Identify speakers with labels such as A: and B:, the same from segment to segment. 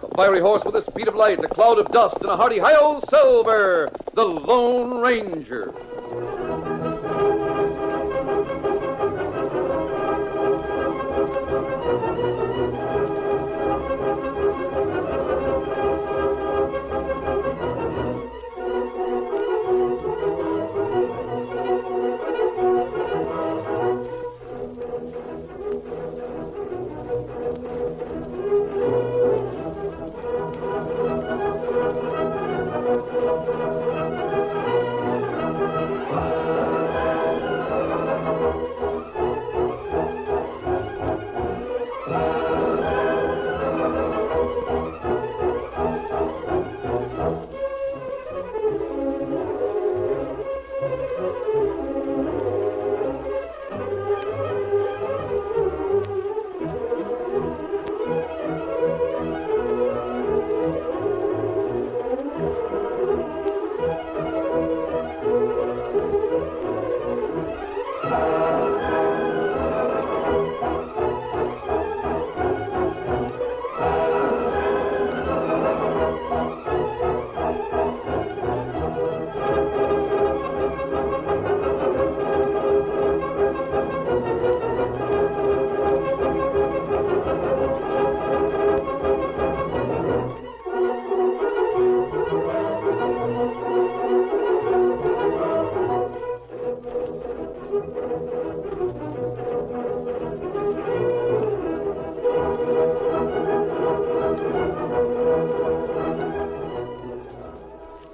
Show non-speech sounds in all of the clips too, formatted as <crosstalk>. A: The fiery horse with the speed of light, a cloud of dust, and a hearty high old silver, the Lone Ranger.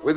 A: With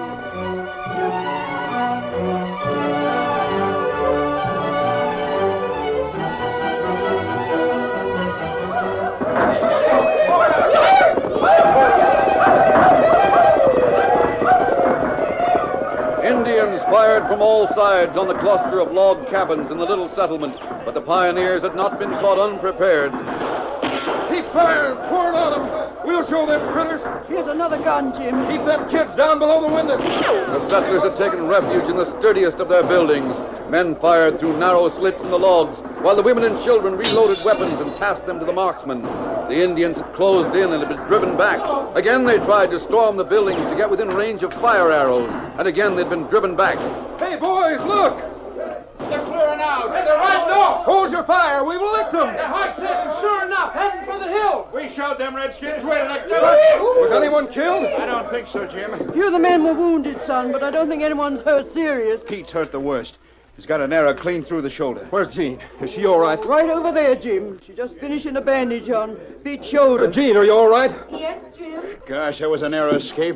A: Indians fired from all sides on the cluster of log cabins in the little settlement, but the pioneers had not been caught unprepared. Keep fire! Pour it on them! We'll show them critters!
B: Here's another gun, Jim.
A: Keep them kids down below the window! The settlers had taken refuge in the sturdiest of their buildings. Men fired through narrow slits in the logs, while the women and children reloaded weapons and passed them to the marksmen. The Indians had closed in and had been driven back. Again they tried to storm the buildings to get within range of fire arrows, and again they'd been driven back. Hey, boys, look!
C: They're clearing out.
A: They're right now! Hold your fire! We've licked them!
C: They're hot kicking, sure enough, heading for the hill. We showed them redskins where to do
A: Was anyone killed?
C: I don't think so, Jim.
B: A few of the men were wounded, son, but I don't think anyone's hurt serious.
C: Pete's hurt the worst. He's got an arrow clean through the shoulder.
A: Where's Jean? Is she all right?
B: Right over there, Jim. She's just finishing a bandage on Pete's shoulder.
A: Jean, are you all right?
D: Yes, Jim.
C: Gosh, that was an arrow escape.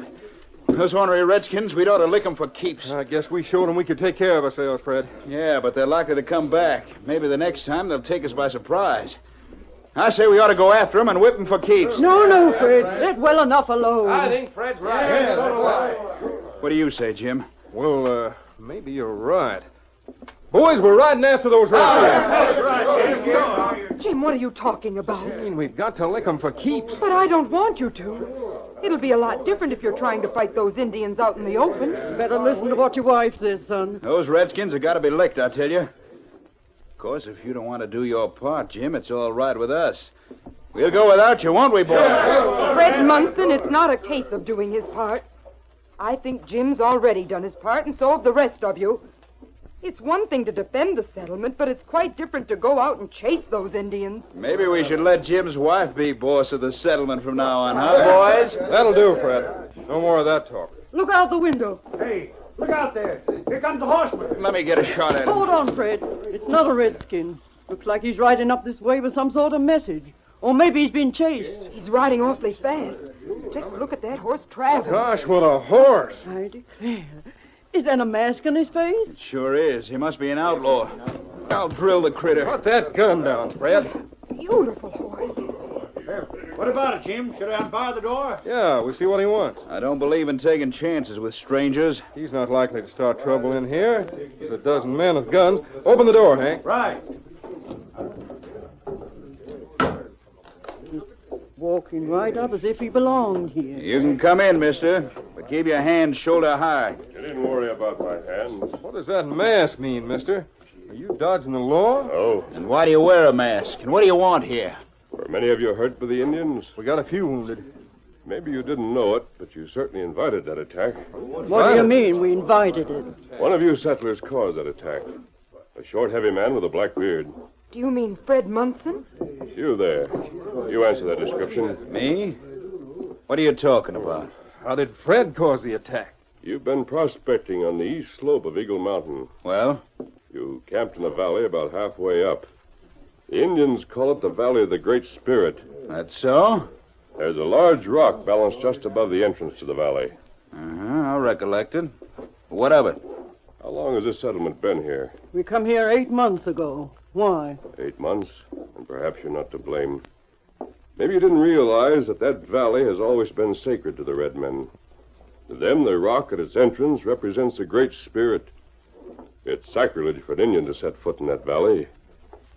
C: Those ornery redskins, we'd ought to lick 'em for keeps.
A: I guess we showed them we could take care of ourselves, Fred.
C: Yeah, but they're likely to come back. Maybe the next time they'll take us by surprise. I say we ought to go after 'em and whip 'em for keeps.
B: No, no, Fred. Let well enough alone.
C: think Fred's right. What do you say, Jim?
A: Well, uh, maybe you're right. Boys, we're riding after
C: Oh,
A: those redskins.
B: Jim, what are you talking about?
A: Jean, we've got to lick them for keeps.
B: But I don't want you to. It'll be a lot different if you're trying to fight those Indians out in the open. Better listen to what your wife says, son.
C: Those redskins have got to be licked, I tell you. Of course, if you don't want to do your part, Jim, it's all right with us. We'll go without you, won't we, boy?
B: Fred Munson, it's not a case of doing his part. I think Jim's already done his part, and so have the rest of you. It's one thing to defend the settlement, but it's quite different to go out and chase those Indians.
C: Maybe we should let Jim's wife be boss of the settlement from now on, huh, boys?
A: That'll do, Fred. No more of that talk.
B: Look out the window.
E: Hey, look out there.
D: Here comes the horseman.
C: Let me get a shot at him.
E: Hold on, Fred. It's not a redskin. Looks like he's riding up this way with some sort of message. Or maybe he's been chased.
B: He's riding awfully fast. Just look at that horse travel.
D: Gosh, what a horse.
E: I declare. Is that a mask on his face?
C: Sure is. He must be an outlaw. I'll drill the critter.
D: Put that gun down, Fred.
B: Beautiful horse.
D: What about it, Jim? Should I unbar the door? Yeah, we'll see what he wants.
C: I don't believe in taking chances with strangers.
D: He's not likely to start trouble in here. There's a dozen men with guns. Open the door, Hank.
F: Right.
E: Walking right up as if he belonged here.
C: You can come in, mister, but keep your hands shoulder high.
G: You didn't worry about my hands.
D: What does that mask mean, mister? Are you dodging the law?
G: Oh,
C: And why do you wear a mask? And what do you want here?
G: were many of you hurt by the Indians?
D: We got a few wounded.
G: Maybe you didn't know it, but you certainly invited that attack.
E: What do you mean we invited it?
G: One of you settlers caused that attack. A short, heavy man with a black beard.
B: Do you mean Fred Munson?
G: You there. You answer that description.
C: Me? What are you talking about?
D: How did Fred cause the attack?
G: You've been prospecting on the east slope of Eagle Mountain.
C: Well,
G: You camped in a valley about halfway up. The Indians call it the Valley of the Great Spirit.
C: that's so.
G: There's a large rock balanced just above the entrance to the valley.
C: Uh-huh, I recollect it. What of it?
G: How long has this settlement been here?
E: We come here eight months ago. Why?
G: Eight months, and perhaps you're not to blame. Maybe you didn't realize that that valley has always been sacred to the red men. To them, the rock at its entrance represents the Great Spirit. It's sacrilege for an Indian to set foot in that valley.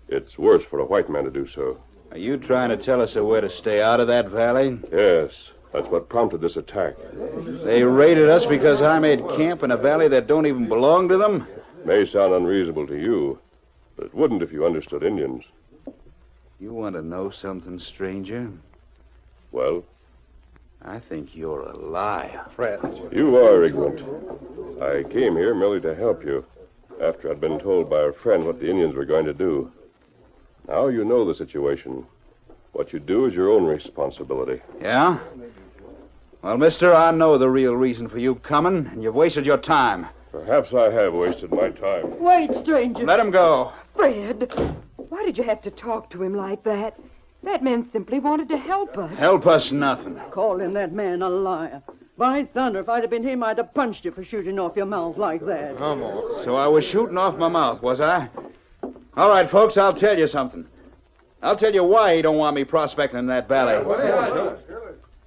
G: It's worse for a white man to do so.
C: Are you trying to tell us a way to stay out of that valley?
G: Yes, that's what prompted this attack.
C: They raided us because I made camp in a valley that don't even belong to them?
G: May sound unreasonable to you, but it wouldn't if you understood Indians.
C: You want to know something, stranger?
G: Well,
C: I think you're a liar.
G: You are ignorant. I came here merely to help you after I'd been told by a friend what the Indians were going to do. Now you know the situation. What you do is your own responsibility.
C: Yeah? Well, mister, I know the real reason for you coming, and you've wasted your time.
G: Perhaps I have wasted my time.
E: Wait, stranger.
C: Let him go.
B: Fred, why did you have to talk to him like that? That man simply wanted to help us.
C: Help us nothing.
E: Calling that man a liar. By thunder, if I'd have been him, I'd have punched you for shooting off your mouth like that.
C: Uh-huh.
D: Come on.
C: So I was shooting off my mouth, was I? All right, folks, I'll tell you something. I'll tell you why he don't want me prospecting in that valley.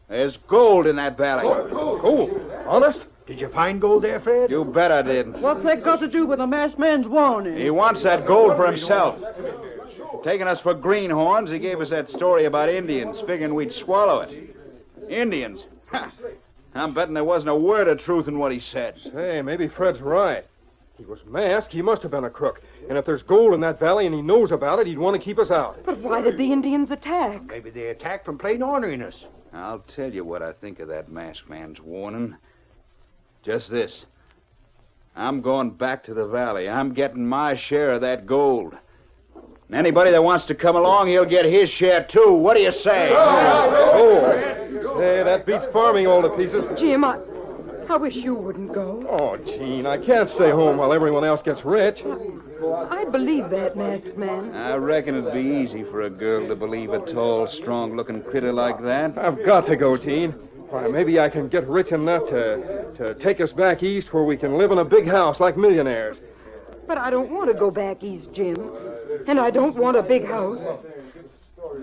C: There's gold in that valley.
D: Cool. Honest?
F: Did you find gold there, Fred?
C: You bet I did.
E: What's that got to do with a masked man's warning?
C: He wants that gold for himself. Taking us for greenhorns, he gave us that story about Indians, figuring we'd swallow it. Indians? Ha! I'm betting there wasn't a word of truth in what he said.
D: Hey, maybe Fred's right. He was masked. He must have been a crook. And if there's gold in that valley and he knows about it, he'd want to keep us out.
B: But why did the Indians attack?
F: Maybe they attacked from plain orneriness.
C: I'll tell you what I think of that masked man's warning. Just this. I'm going back to the valley. I'm getting my share of that gold. And anybody that wants to come along, he'll get his share too. What do you say?
D: Oh. Hey, that beats farming all to pieces.
B: Jim, I, I wish you wouldn't go.
D: Oh, Gene, I can't stay home while everyone else gets rich.
B: I believe that masked man.
C: I reckon it'd be easy for a girl to believe a tall, strong-looking critter like that.
D: I've got to go, Gene. Why, maybe I can get rich enough to, to take us back east where we can live in a big house like millionaires.
B: But I don't want to go back east, Jim. And I don't want a big house.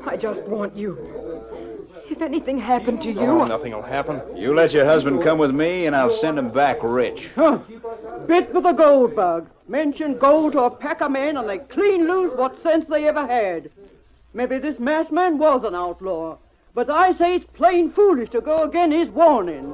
B: I just want you. If anything happened to you,
D: Oh,
B: I-
D: nothing will happen.
C: You let your husband come with me, and I'll send him back rich.
E: Huh. Bit for the gold bug. Mention gold to a pack of men, and they clean lose what sense they ever had. Maybe this masked man was an outlaw, but I say it's plain foolish to go again his warning.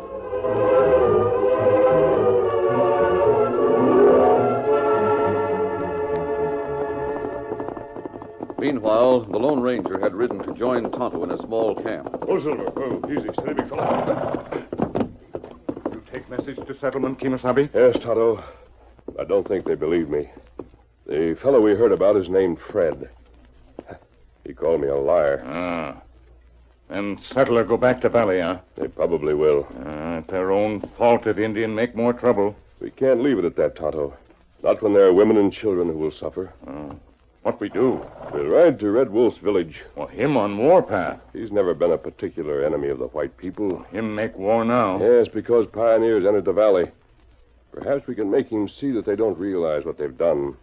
A: Meanwhile, the Lone Ranger had ridden to join Tonto in a small camp.
G: Oh, Silver. Oh, easy. Steady, big fella.
F: You take message to settlement, Kimasabi?
G: Yes, Tonto. I don't think they believe me. The fellow we heard about is named Fred. He called me a liar.
F: Ah. Then settler go back to valley, huh? Ah,
G: They probably will.
F: it's their own fault if Indian make more trouble.
G: We can't leave it at that, Tonto. Not when there are women and children who will suffer.
F: Hmm. What we do?
G: We'll ride to Red Wolf's village.
F: Well, him on warpath.
G: He's never been a particular enemy of the white people.
F: Him make war now.
G: Yes, because pioneers entered the valley. Perhaps we can make him see that they don't realize what they've done.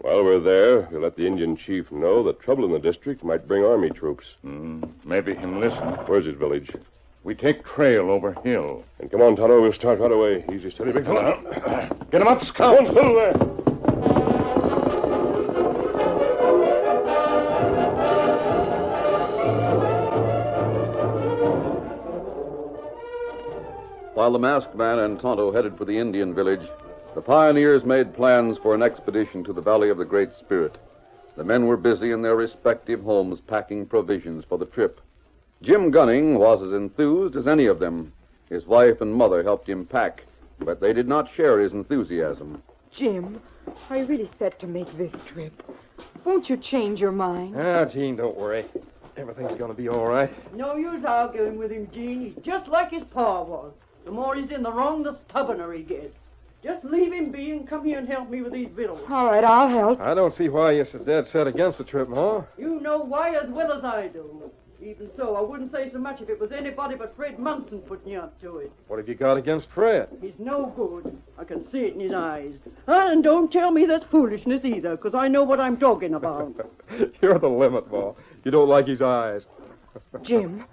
G: While we're there, we'll let the Indian chief know that trouble in the district might bring army troops.
F: Hmm, maybe him listen.
G: Where's his village?
F: We take trail over hill.
G: And come on, Tonto, we'll start right away. Easy, steady, big fella.
F: Get him up,
G: Come
F: scout.
G: on, Silver.
A: While the masked man and Tonto headed for the Indian village, the pioneers made plans for an expedition to the Valley of the Great Spirit. The men were busy in their respective homes packing provisions for the trip. Jim Gunning was as enthused as any of them. His wife and mother helped him pack, but they did not share his enthusiasm.
B: Jim, are you really set to make this trip? Won't you change your mind?
D: Ah, Gene, don't worry. Everything's going to be all right.
E: No use arguing with him, Gene. He's just like his pa was. The more he's in the wrong, the stubborner he gets. Just leave him be and come here and help me with these victuals.
B: All right, I'll help.
D: I don't see why you're so dead set against the trip, Ma.
E: You know why as well as I do. Even so, I wouldn't say so much if it was anybody but Fred Munson putting you up to it.
D: What have you got against Fred? <laughs>
E: He's no good. I can see it in his eyes. And don't tell me that's foolishness either, because I know what I'm talking
H: <laughs>
E: about.
D: you're the limit, Ma. You don't like his eyes.
B: Jim,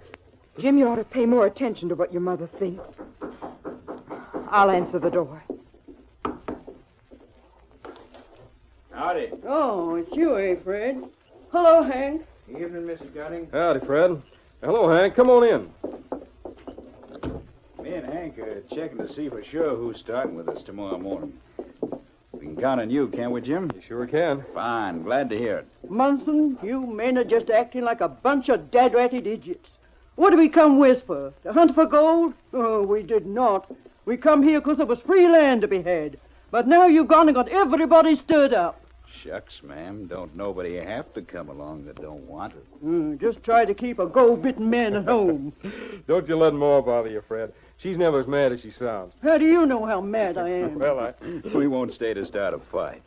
B: Jim, you ought to pay more attention to what your mother thinks. I'll answer the door.
C: Howdy.
E: oh, it's you, eh, Fred? Hello, Hank.
C: Evening, Mrs. Gunning.
D: Howdy, Fred. Hello, Hank. Come on in.
C: Me and Hank are checking to see for sure who's starting with us tomorrow morning. We can count on you, can't we, Jim?
D: You sure can.
C: Fine. Glad to hear it.
E: Munson, you men are just acting like a bunch of dad-ratted idiots. What did we come with for? To hunt for gold? Oh, we did not. We come here 'cause there was free land to be had. But now you've gone and got everybody stirred up.
C: Shucks, ma'am. Don't nobody have to come along that don't want it.
E: Mm, just try to keep a gold-bitten man at home.
D: Don't you let Ma bother you, Fred. She's never as mad as she sounds.
E: How do you know how mad I am?
D: Well, I.
C: <laughs> We won't stay to start a fight.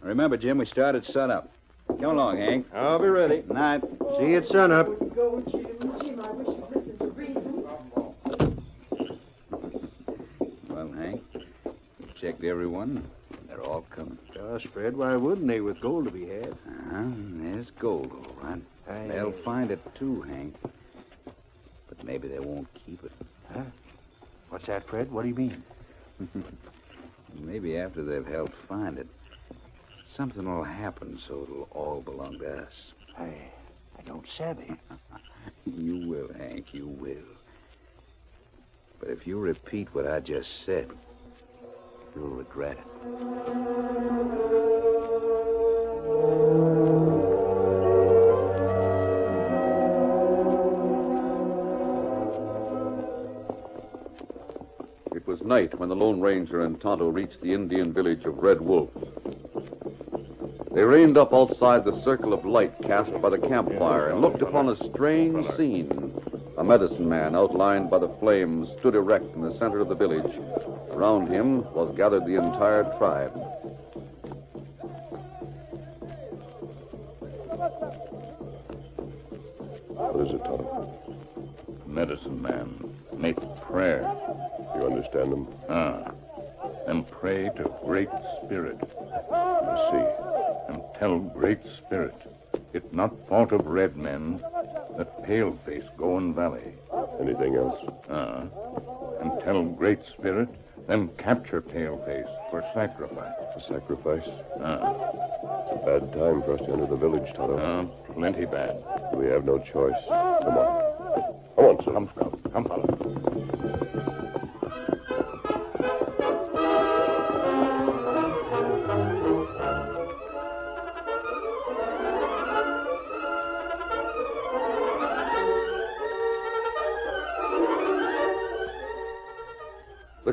C: Remember, Jim, we start at sunup. Come along, Hank.
D: I'll be ready.
C: Night.
E: See you at
C: sunup.
E: Go, Jim. Jim, I wish you'd listen to reason.
C: Well, Hank, checked everyone. They're all coming.
I: Gosh, Ah, Fred, why wouldn't they with gold to be had?
C: Uh-huh. There's gold, all right.
I: Aye.
C: They'll find it too, Hank. But maybe they won't keep it.
I: What's that, Fred? What do you mean?
C: Maybe after they've helped find it, something will happen so it'll all belong to us.
I: I, I don't savvy.
C: <laughs> You will, Hank, you will. But if you repeat what I just said, you'll regret it.
A: It was night when the Lone Ranger and Tonto reached the Indian village of Red Wolf. They reined up outside the circle of light cast by the campfire and looked upon a strange scene. A medicine man, outlined by the flames, stood erect in the center of the village. Around him was gathered the entire tribe.
G: What is it, Tonto?
F: Medicine man. Make prayer.
G: You understand them?
F: Ah. And pray to Great Spirit. You see, and tell Oh, Great Spirit it not thought of red men that pale face go in valley.
G: Anything else?
F: Ah. And tell Great Spirit them capture pale face for sacrifice.
G: A sacrifice?
F: Ah.
G: It's a bad time for us to enter the village, Tonto.
F: ah plenty bad.
G: We have no choice. Come on. Come on, Silver.
F: Come, Scout. Come, fellow.
A: The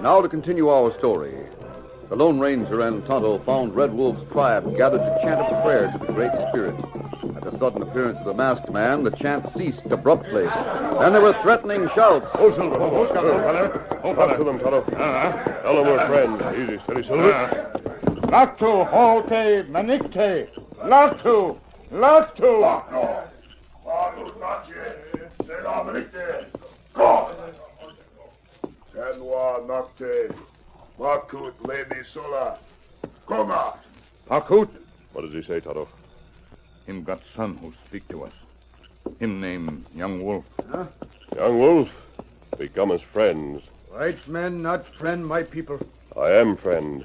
A: Now to continue our story. The Lone Ranger and Tonto found Red Wolf's tribe gathered to chant a prayer to the Great Spirit. At the sudden appearance of the masked man, the chant ceased abruptly. Then there were threatening shouts.
G: Hold Silver. Hold Silver. Hold Silver. to them, Toto. Uh-huh. Tell them we're friends. Easy, steady, Silver.
H: Latu, Holte, Manikte. Latu, Latu.
J: Tanwa Nocte, Makut Lady Sola, Koma.
F: Pakut. What does he say, Toto? Him got son who speak to us. Him name Young Wolf.
G: Young Wolf, become as friends.
H: White men not friend my people.
G: I am friend.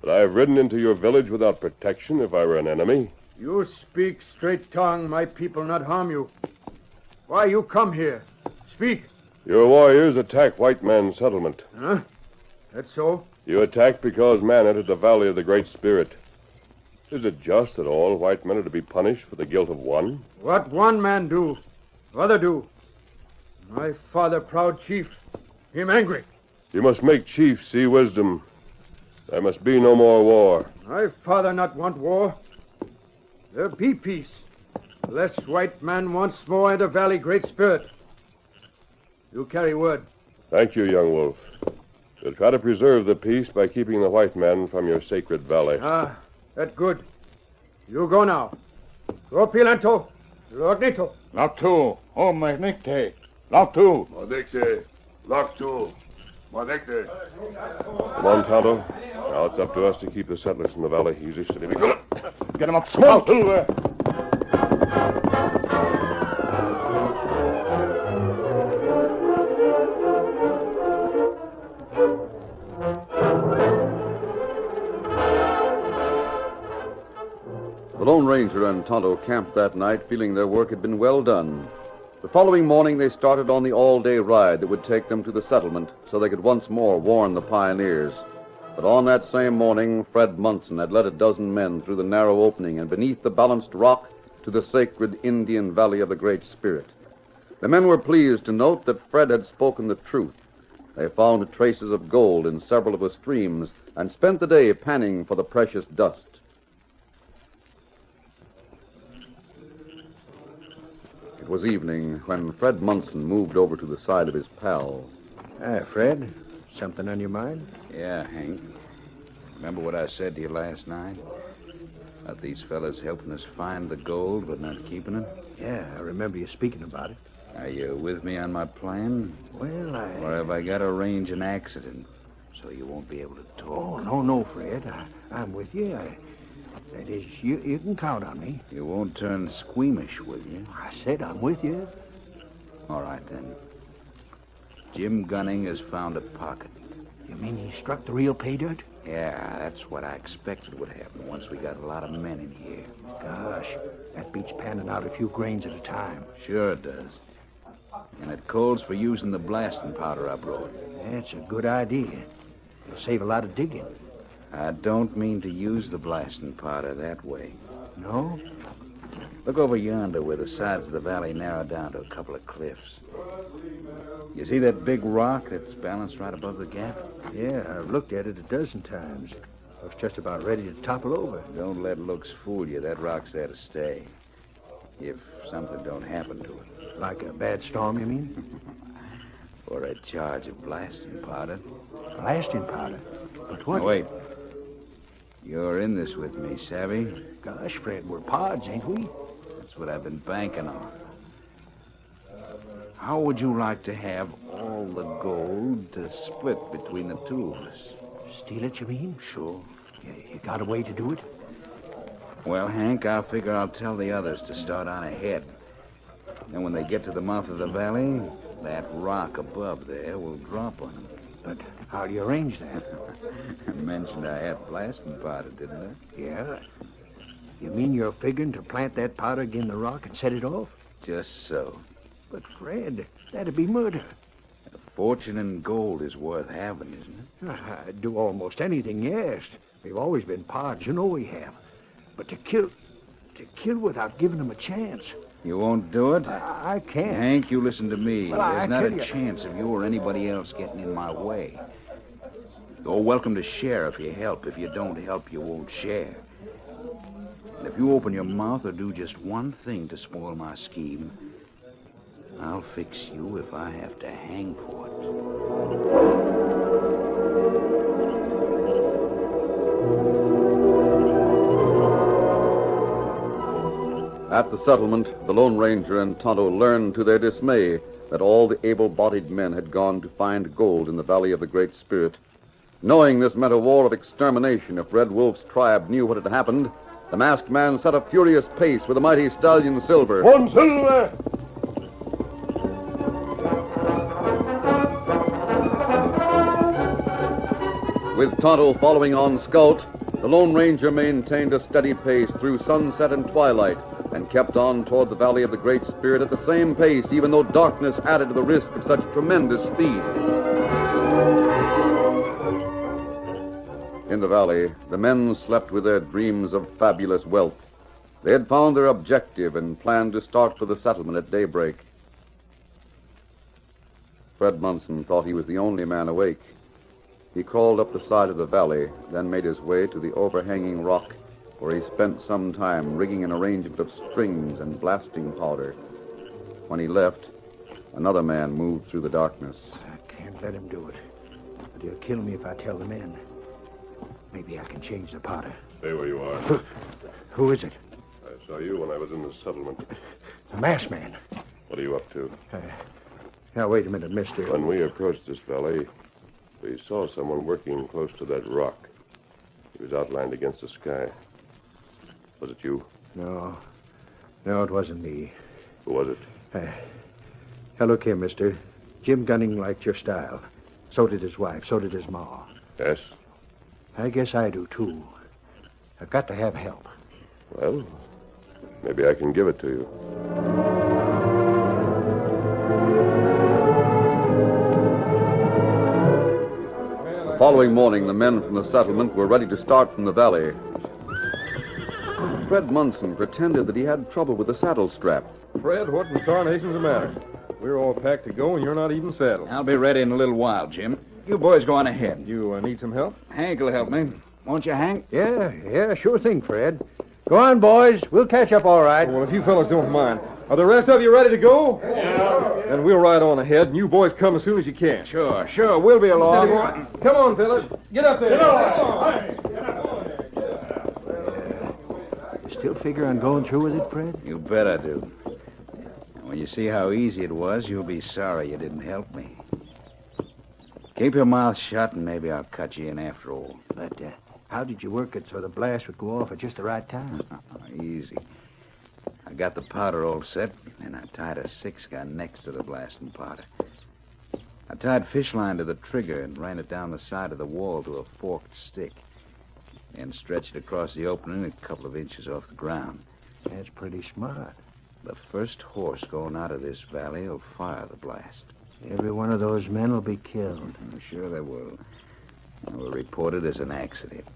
G: But I have ridden into your village without protection if I were an enemy.
H: You speak straight tongue, my people not harm you. Why you come here? Speak.
G: Your warriors attack white man's settlement.
H: Huh? That so?
G: You attack because man entered the valley of the Great Spirit. Is it just that all white men are to be punished for the guilt of one?
H: What one man do, other do. My father, proud chief, him angry.
G: You must make chiefs see wisdom. There must be no more war.
H: My father not want war. There be peace. Less white man once more enter valley great spirit. You carry word.
G: Thank you, young wolf. You'll try to preserve the peace by keeping the white man from your sacred valley.
H: Ah, that good. You go now. Go Pilanto. Lognito.
I: Latu, oh, Manikte. Latu.
J: Madekte, Laktu, Madekte.
G: Come on, Tonto. Now it's up to us to keep the settlers in the valley easy. Steady, we go.
I: Get him up, smoke. Silver.
A: The Lone Ranger and Tonto camped that night feeling their work had been well done. The following morning, they started on the all day ride that would take them to the settlement so they could once more warn the pioneers. But on that same morning, Fred Munson had led a dozen men through the narrow opening and beneath the balanced rock to the sacred Indian Valley of the Great Spirit. The men were pleased to note that Fred had spoken the truth. They found traces of gold in several of the streams and spent the day panning for the precious dust. It was evening when Fred Munson moved over to the side of his pal.
I: Ah, Fred, something on your mind?
C: Yeah, Hank. Remember what I said to you last night? About these fellas helping us find the gold but not keeping it?
I: Yeah, I remember you speaking about it.
C: Are you with me on my plan?
I: Well, I.
C: Or have I got to arrange an accident so you won't be able to
I: Oh,
C: talk?
I: no, no, Fred. I, I'm with you. I, that is, you, you can count on me.
C: You won't turn squeamish, will you?
I: I said I'm with you.
C: All right, then. Jim Gunning has found a pocket.
I: You mean he struck the real pay dirt?
C: Yeah, that's what I expected would happen once we got a lot of men in here.
I: Gosh, that beats panning out a few grains at a time.
C: Sure it does. And it calls for using the blasting powder I brought.
I: That's a good idea. It'll save a lot of digging.
C: I don't mean to use the blasting powder that way.
I: No?
C: Look over yonder where the sides of the valley narrow down to a couple of cliffs. You see that big rock that's balanced right above the gap?
I: Yeah, I've looked at it a dozen times. I was just about ready to topple over.
C: Don't let looks fool you. That rock's there to stay. If something don't happen to it.
I: Like a bad storm, you mean?
C: <laughs> Or a charge of blasting powder.
I: Blasting powder. But what?
C: Now, wait. You're in this with me, Savvy.
I: Gosh, Fred, we're pods, ain't we?
C: That's what I've been banking on. How would you like to have all the gold to split between the two of us?
I: Steal it, you mean?
C: Sure.
I: You, you got a way to do it?
C: Well, Hank, I figure I'll tell the others to start on ahead. Then when they get to the mouth of the valley, that rock above there will drop on
I: But how do you arrange that?
C: them. <laughs> I mentioned I had blasting powder, didn't
I: Yeah. You mean you're figuring to plant that powder again the rock and set it off?
C: I? Just so.
I: But, Fred, that'd be murder.
C: Fortune in gold is worth having, isn't it?
I: I'd Ah, do almost anything, yes. We've always been pods, you know we have. But to kill. to kill without giving them a chance.
C: You won't do it?
I: I, I can't.
C: Hank, you listen to me.
I: Well, I-
C: There's
I: I
C: not
I: tell
C: a
I: you-
C: chance of you or anybody else getting in my way. You're welcome to share if you help. If you don't help, you won't share. And if you open your mouth or do just one thing to spoil my scheme, I'll fix you if I have to hang for it.
A: At the settlement, the Lone Ranger and Tonto learned to their dismay that all the able bodied men had gone to find gold in the Valley of the Great Spirit. Knowing this meant a war of extermination if Red Wolf's tribe knew what had happened, the masked man set a furious pace with the mighty stallion Silver.
J: One silver!
A: With Tonto following on scout, the Lone Ranger maintained a steady pace through sunset and twilight and kept on toward the Valley of the Great Spirit at the same pace, even though darkness added to the risk of such tremendous speed. In the valley, the men slept with their dreams of fabulous wealth. They had found their objective and planned to start for the settlement at daybreak. Fred Munson thought he was the only man awake. He crawled up the side of the valley, then made his way to the overhanging rock, where he spent some time rigging an arrangement of strings and blasting powder. When he left, another man moved through the darkness.
I: Can't let him do it. But he'll kill me if I tell the men. Maybe I can change the powder.
G: Stay where you are.
I: Who is it?
G: I saw you when I was in the settlement.
I: The masked man.
G: What are you up to?
I: Now, wait a minute, mister.
G: When we approached this valley, we saw someone working close to that rock. He was outlined against the sky. Was it you?
I: No. No, it wasn't me.
G: Who was it?
I: Uh, now, look here, mister. Jim Gunning liked your style. So did his wife. So did his ma.
G: Yes.
I: I guess I do, too. I've got to have help.
G: Well, maybe I can give it to you.
A: The following morning, the men from the settlement were ready to start from the valley. Fred Munson pretended that he had trouble with the saddle strap.
D: Fred, what in tarnation's the matter? We're all packed to go, and you're not even saddled.
C: I'll be ready in a little while, Jim. You boys go on ahead.
D: You uh, need some help?
C: Hank will help me. Won't you, Hank?
I: Yeah, yeah, sure thing, Fred. Go on, boys. We'll catch up all right.
D: Well, if you fellows don't mind, are the rest of you ready to go? Yeah. Then we'll ride on ahead, and you boys come as soon as you can.
C: Sure, sure. We'll be along.
D: Come on, fellas. Get up there. Get
I: You still figure on going through with it, Fred?
C: You bet I do. And when you see how easy it was, you'll be sorry you didn't help me. Keep your mouth shut, and maybe I'll cut you in after all.
I: But uh, how did you work it so the blast would go off at just the right time?
C: <laughs> Easy. I got the powder all set, and I tied a six gun next to the blasting powder. I tied fish line to the trigger and ran it down the side of the wall to a forked stick, and stretched it across the opening a couple of inches off the ground.
I: That's pretty smart.
C: The first horse going out of this valley will fire the blast.
I: Every one of those men will be killed.
C: I'm sure they will. They will report it as an accident.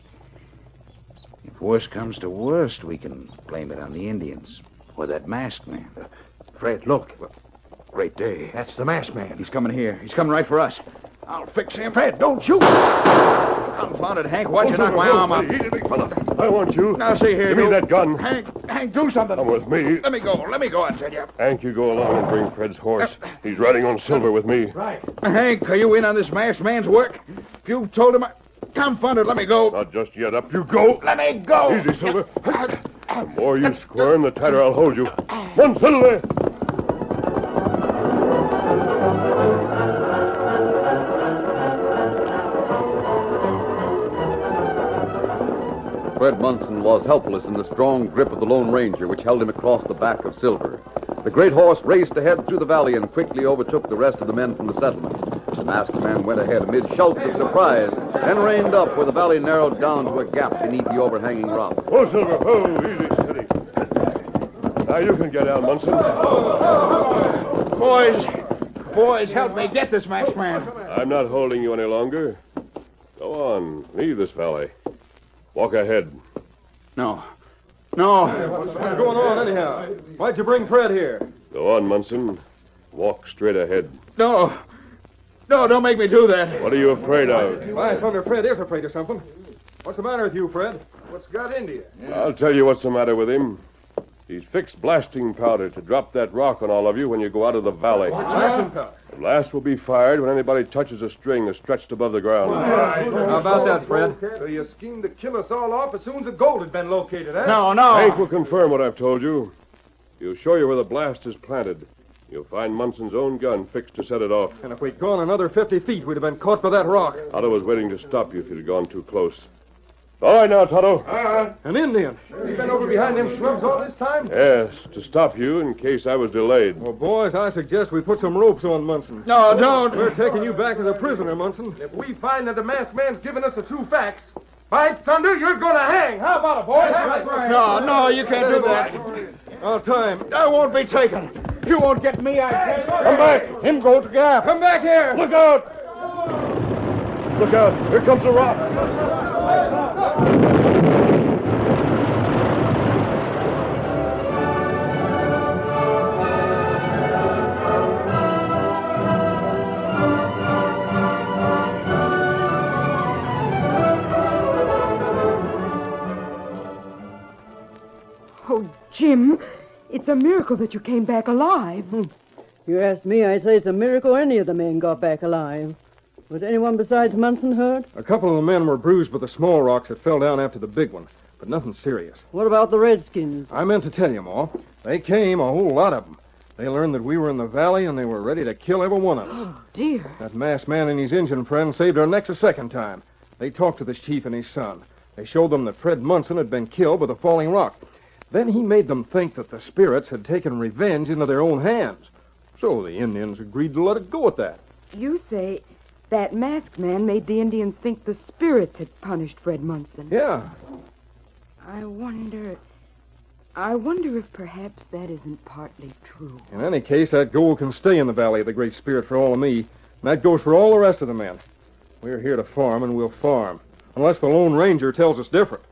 C: If worse comes to worst, we can blame it on the Indians or that masked man.
I: Fred, look.
C: Great day.
I: That's the masked man.
C: He's coming here. He's coming right for us. I'll fix him.
I: Fred, don't shoot!
C: Confound it, Hank. Why'd you knock my arm out?
J: Easy, big fella.
G: I want you.
C: Now, see here.
G: Give me
C: you-
G: that gun.
C: Hank, Hank, do something.
G: Come with me.
C: Let me go. Let me go, I tell you.
G: Hank, you go along and bring Fred's horse.
C: Uh,
G: He's riding on silver with me.
I: Right.
C: Hank, are you in on this masked man's work? If you've told him I. Confound it, let me go.
G: Not just yet. Up you go.
C: Let me go.
G: Easy, Silver.
C: Uh,
G: The more you squirm, the tighter I'll hold you. One Silver.
A: Fred Munson was helpless in the strong grip of the Lone Ranger, which held him across the back of Silver. The great horse raced ahead through the valley and quickly overtook the rest of the men from the settlement. The masked man went ahead amid shouts of surprise, then reined up where the valley narrowed down to a gap beneath the overhanging rock.
G: Oh, Silver. Oh, easy, steady. Now you can get out, Munson.
C: Boys, boys, help me get this masked man.
G: I'm not holding you any longer. Go on. Leave this valley. Walk ahead.
C: No. No.
D: What's going on, anyhow? Why'd you bring Fred here?
G: Go on, Munson. Walk straight ahead.
C: No.
H: No, don't make me do that.
G: What are you afraid of?
H: My thunder, Fred is afraid of something. What's the matter with you, Fred? What's got into you?
G: I'll tell you what's the matter with him. He's fixed blasting powder to drop that rock on all of you when you go out of the valley.
H: Blasting powder.
G: The blast will be fired when anybody touches a string that's stretched above the ground.
H: How about that, Fred? So you schemed to kill us all off as soon as the gold had been located, eh?
G: Hank will confirm what I've told you. He'll show you where the blast is planted. You'll find Munson's own gun fixed to set it off.
H: And if we'd gone another 50 feet, we'd have been caught by that rock.
G: Otto was waiting to stop you if you'd gone too close. All right now, Toto.
H: An Indian. Uh-huh. He's been over behind them shrubs all this time.
G: Yes, to stop you in case I was delayed.
H: Well, boys, I suggest we put some ropes on Munson. No, don't. We're taking you back as a prisoner, Munson. If we find that the masked man's giving us the true facts, by thunder, you're going to hang. How about it, boys?
I: No, no, you can't do that.
H: I'll time. I won't be taken.
I: You won't get me. I can't.
G: Come back.
I: Him go to gap.
H: Come back here.
G: Look out. Look out. Here comes a rock.
B: Oh, Jim, it's a miracle that you came back alive. Oh,
E: You ask me, I say it's a miracle any of the men got back alive. Was anyone besides Munson hurt?
H: A couple of the men were bruised by the small rocks that fell down after the big one, but nothing serious.
E: What about the Redskins?
H: I meant to tell you, Ma. They came, a whole lot of them. They learned that we were in the valley and they were ready to kill every one of
B: Oh.
H: us.
B: Dear.
H: that masked man and his Indian friend saved our necks a second time. They talked to this chief and his son. They showed them that Fred Munson had been killed by the falling rock. Then he made them think that the spirits had taken revenge into their own hands. So the Indians agreed to let it go at that.
B: You say that masked man made the Indians think the spirits had punished Fred Munson.
H: Yeah.
B: I wonder. I wonder if perhaps that isn't partly true.
H: In any case, that gold can stay in the Valley of the Great Spirit for all of me, and that goes for all the rest of the men. We're here to farm, and we'll farm, unless the Lone Ranger tells us different.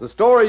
A: The story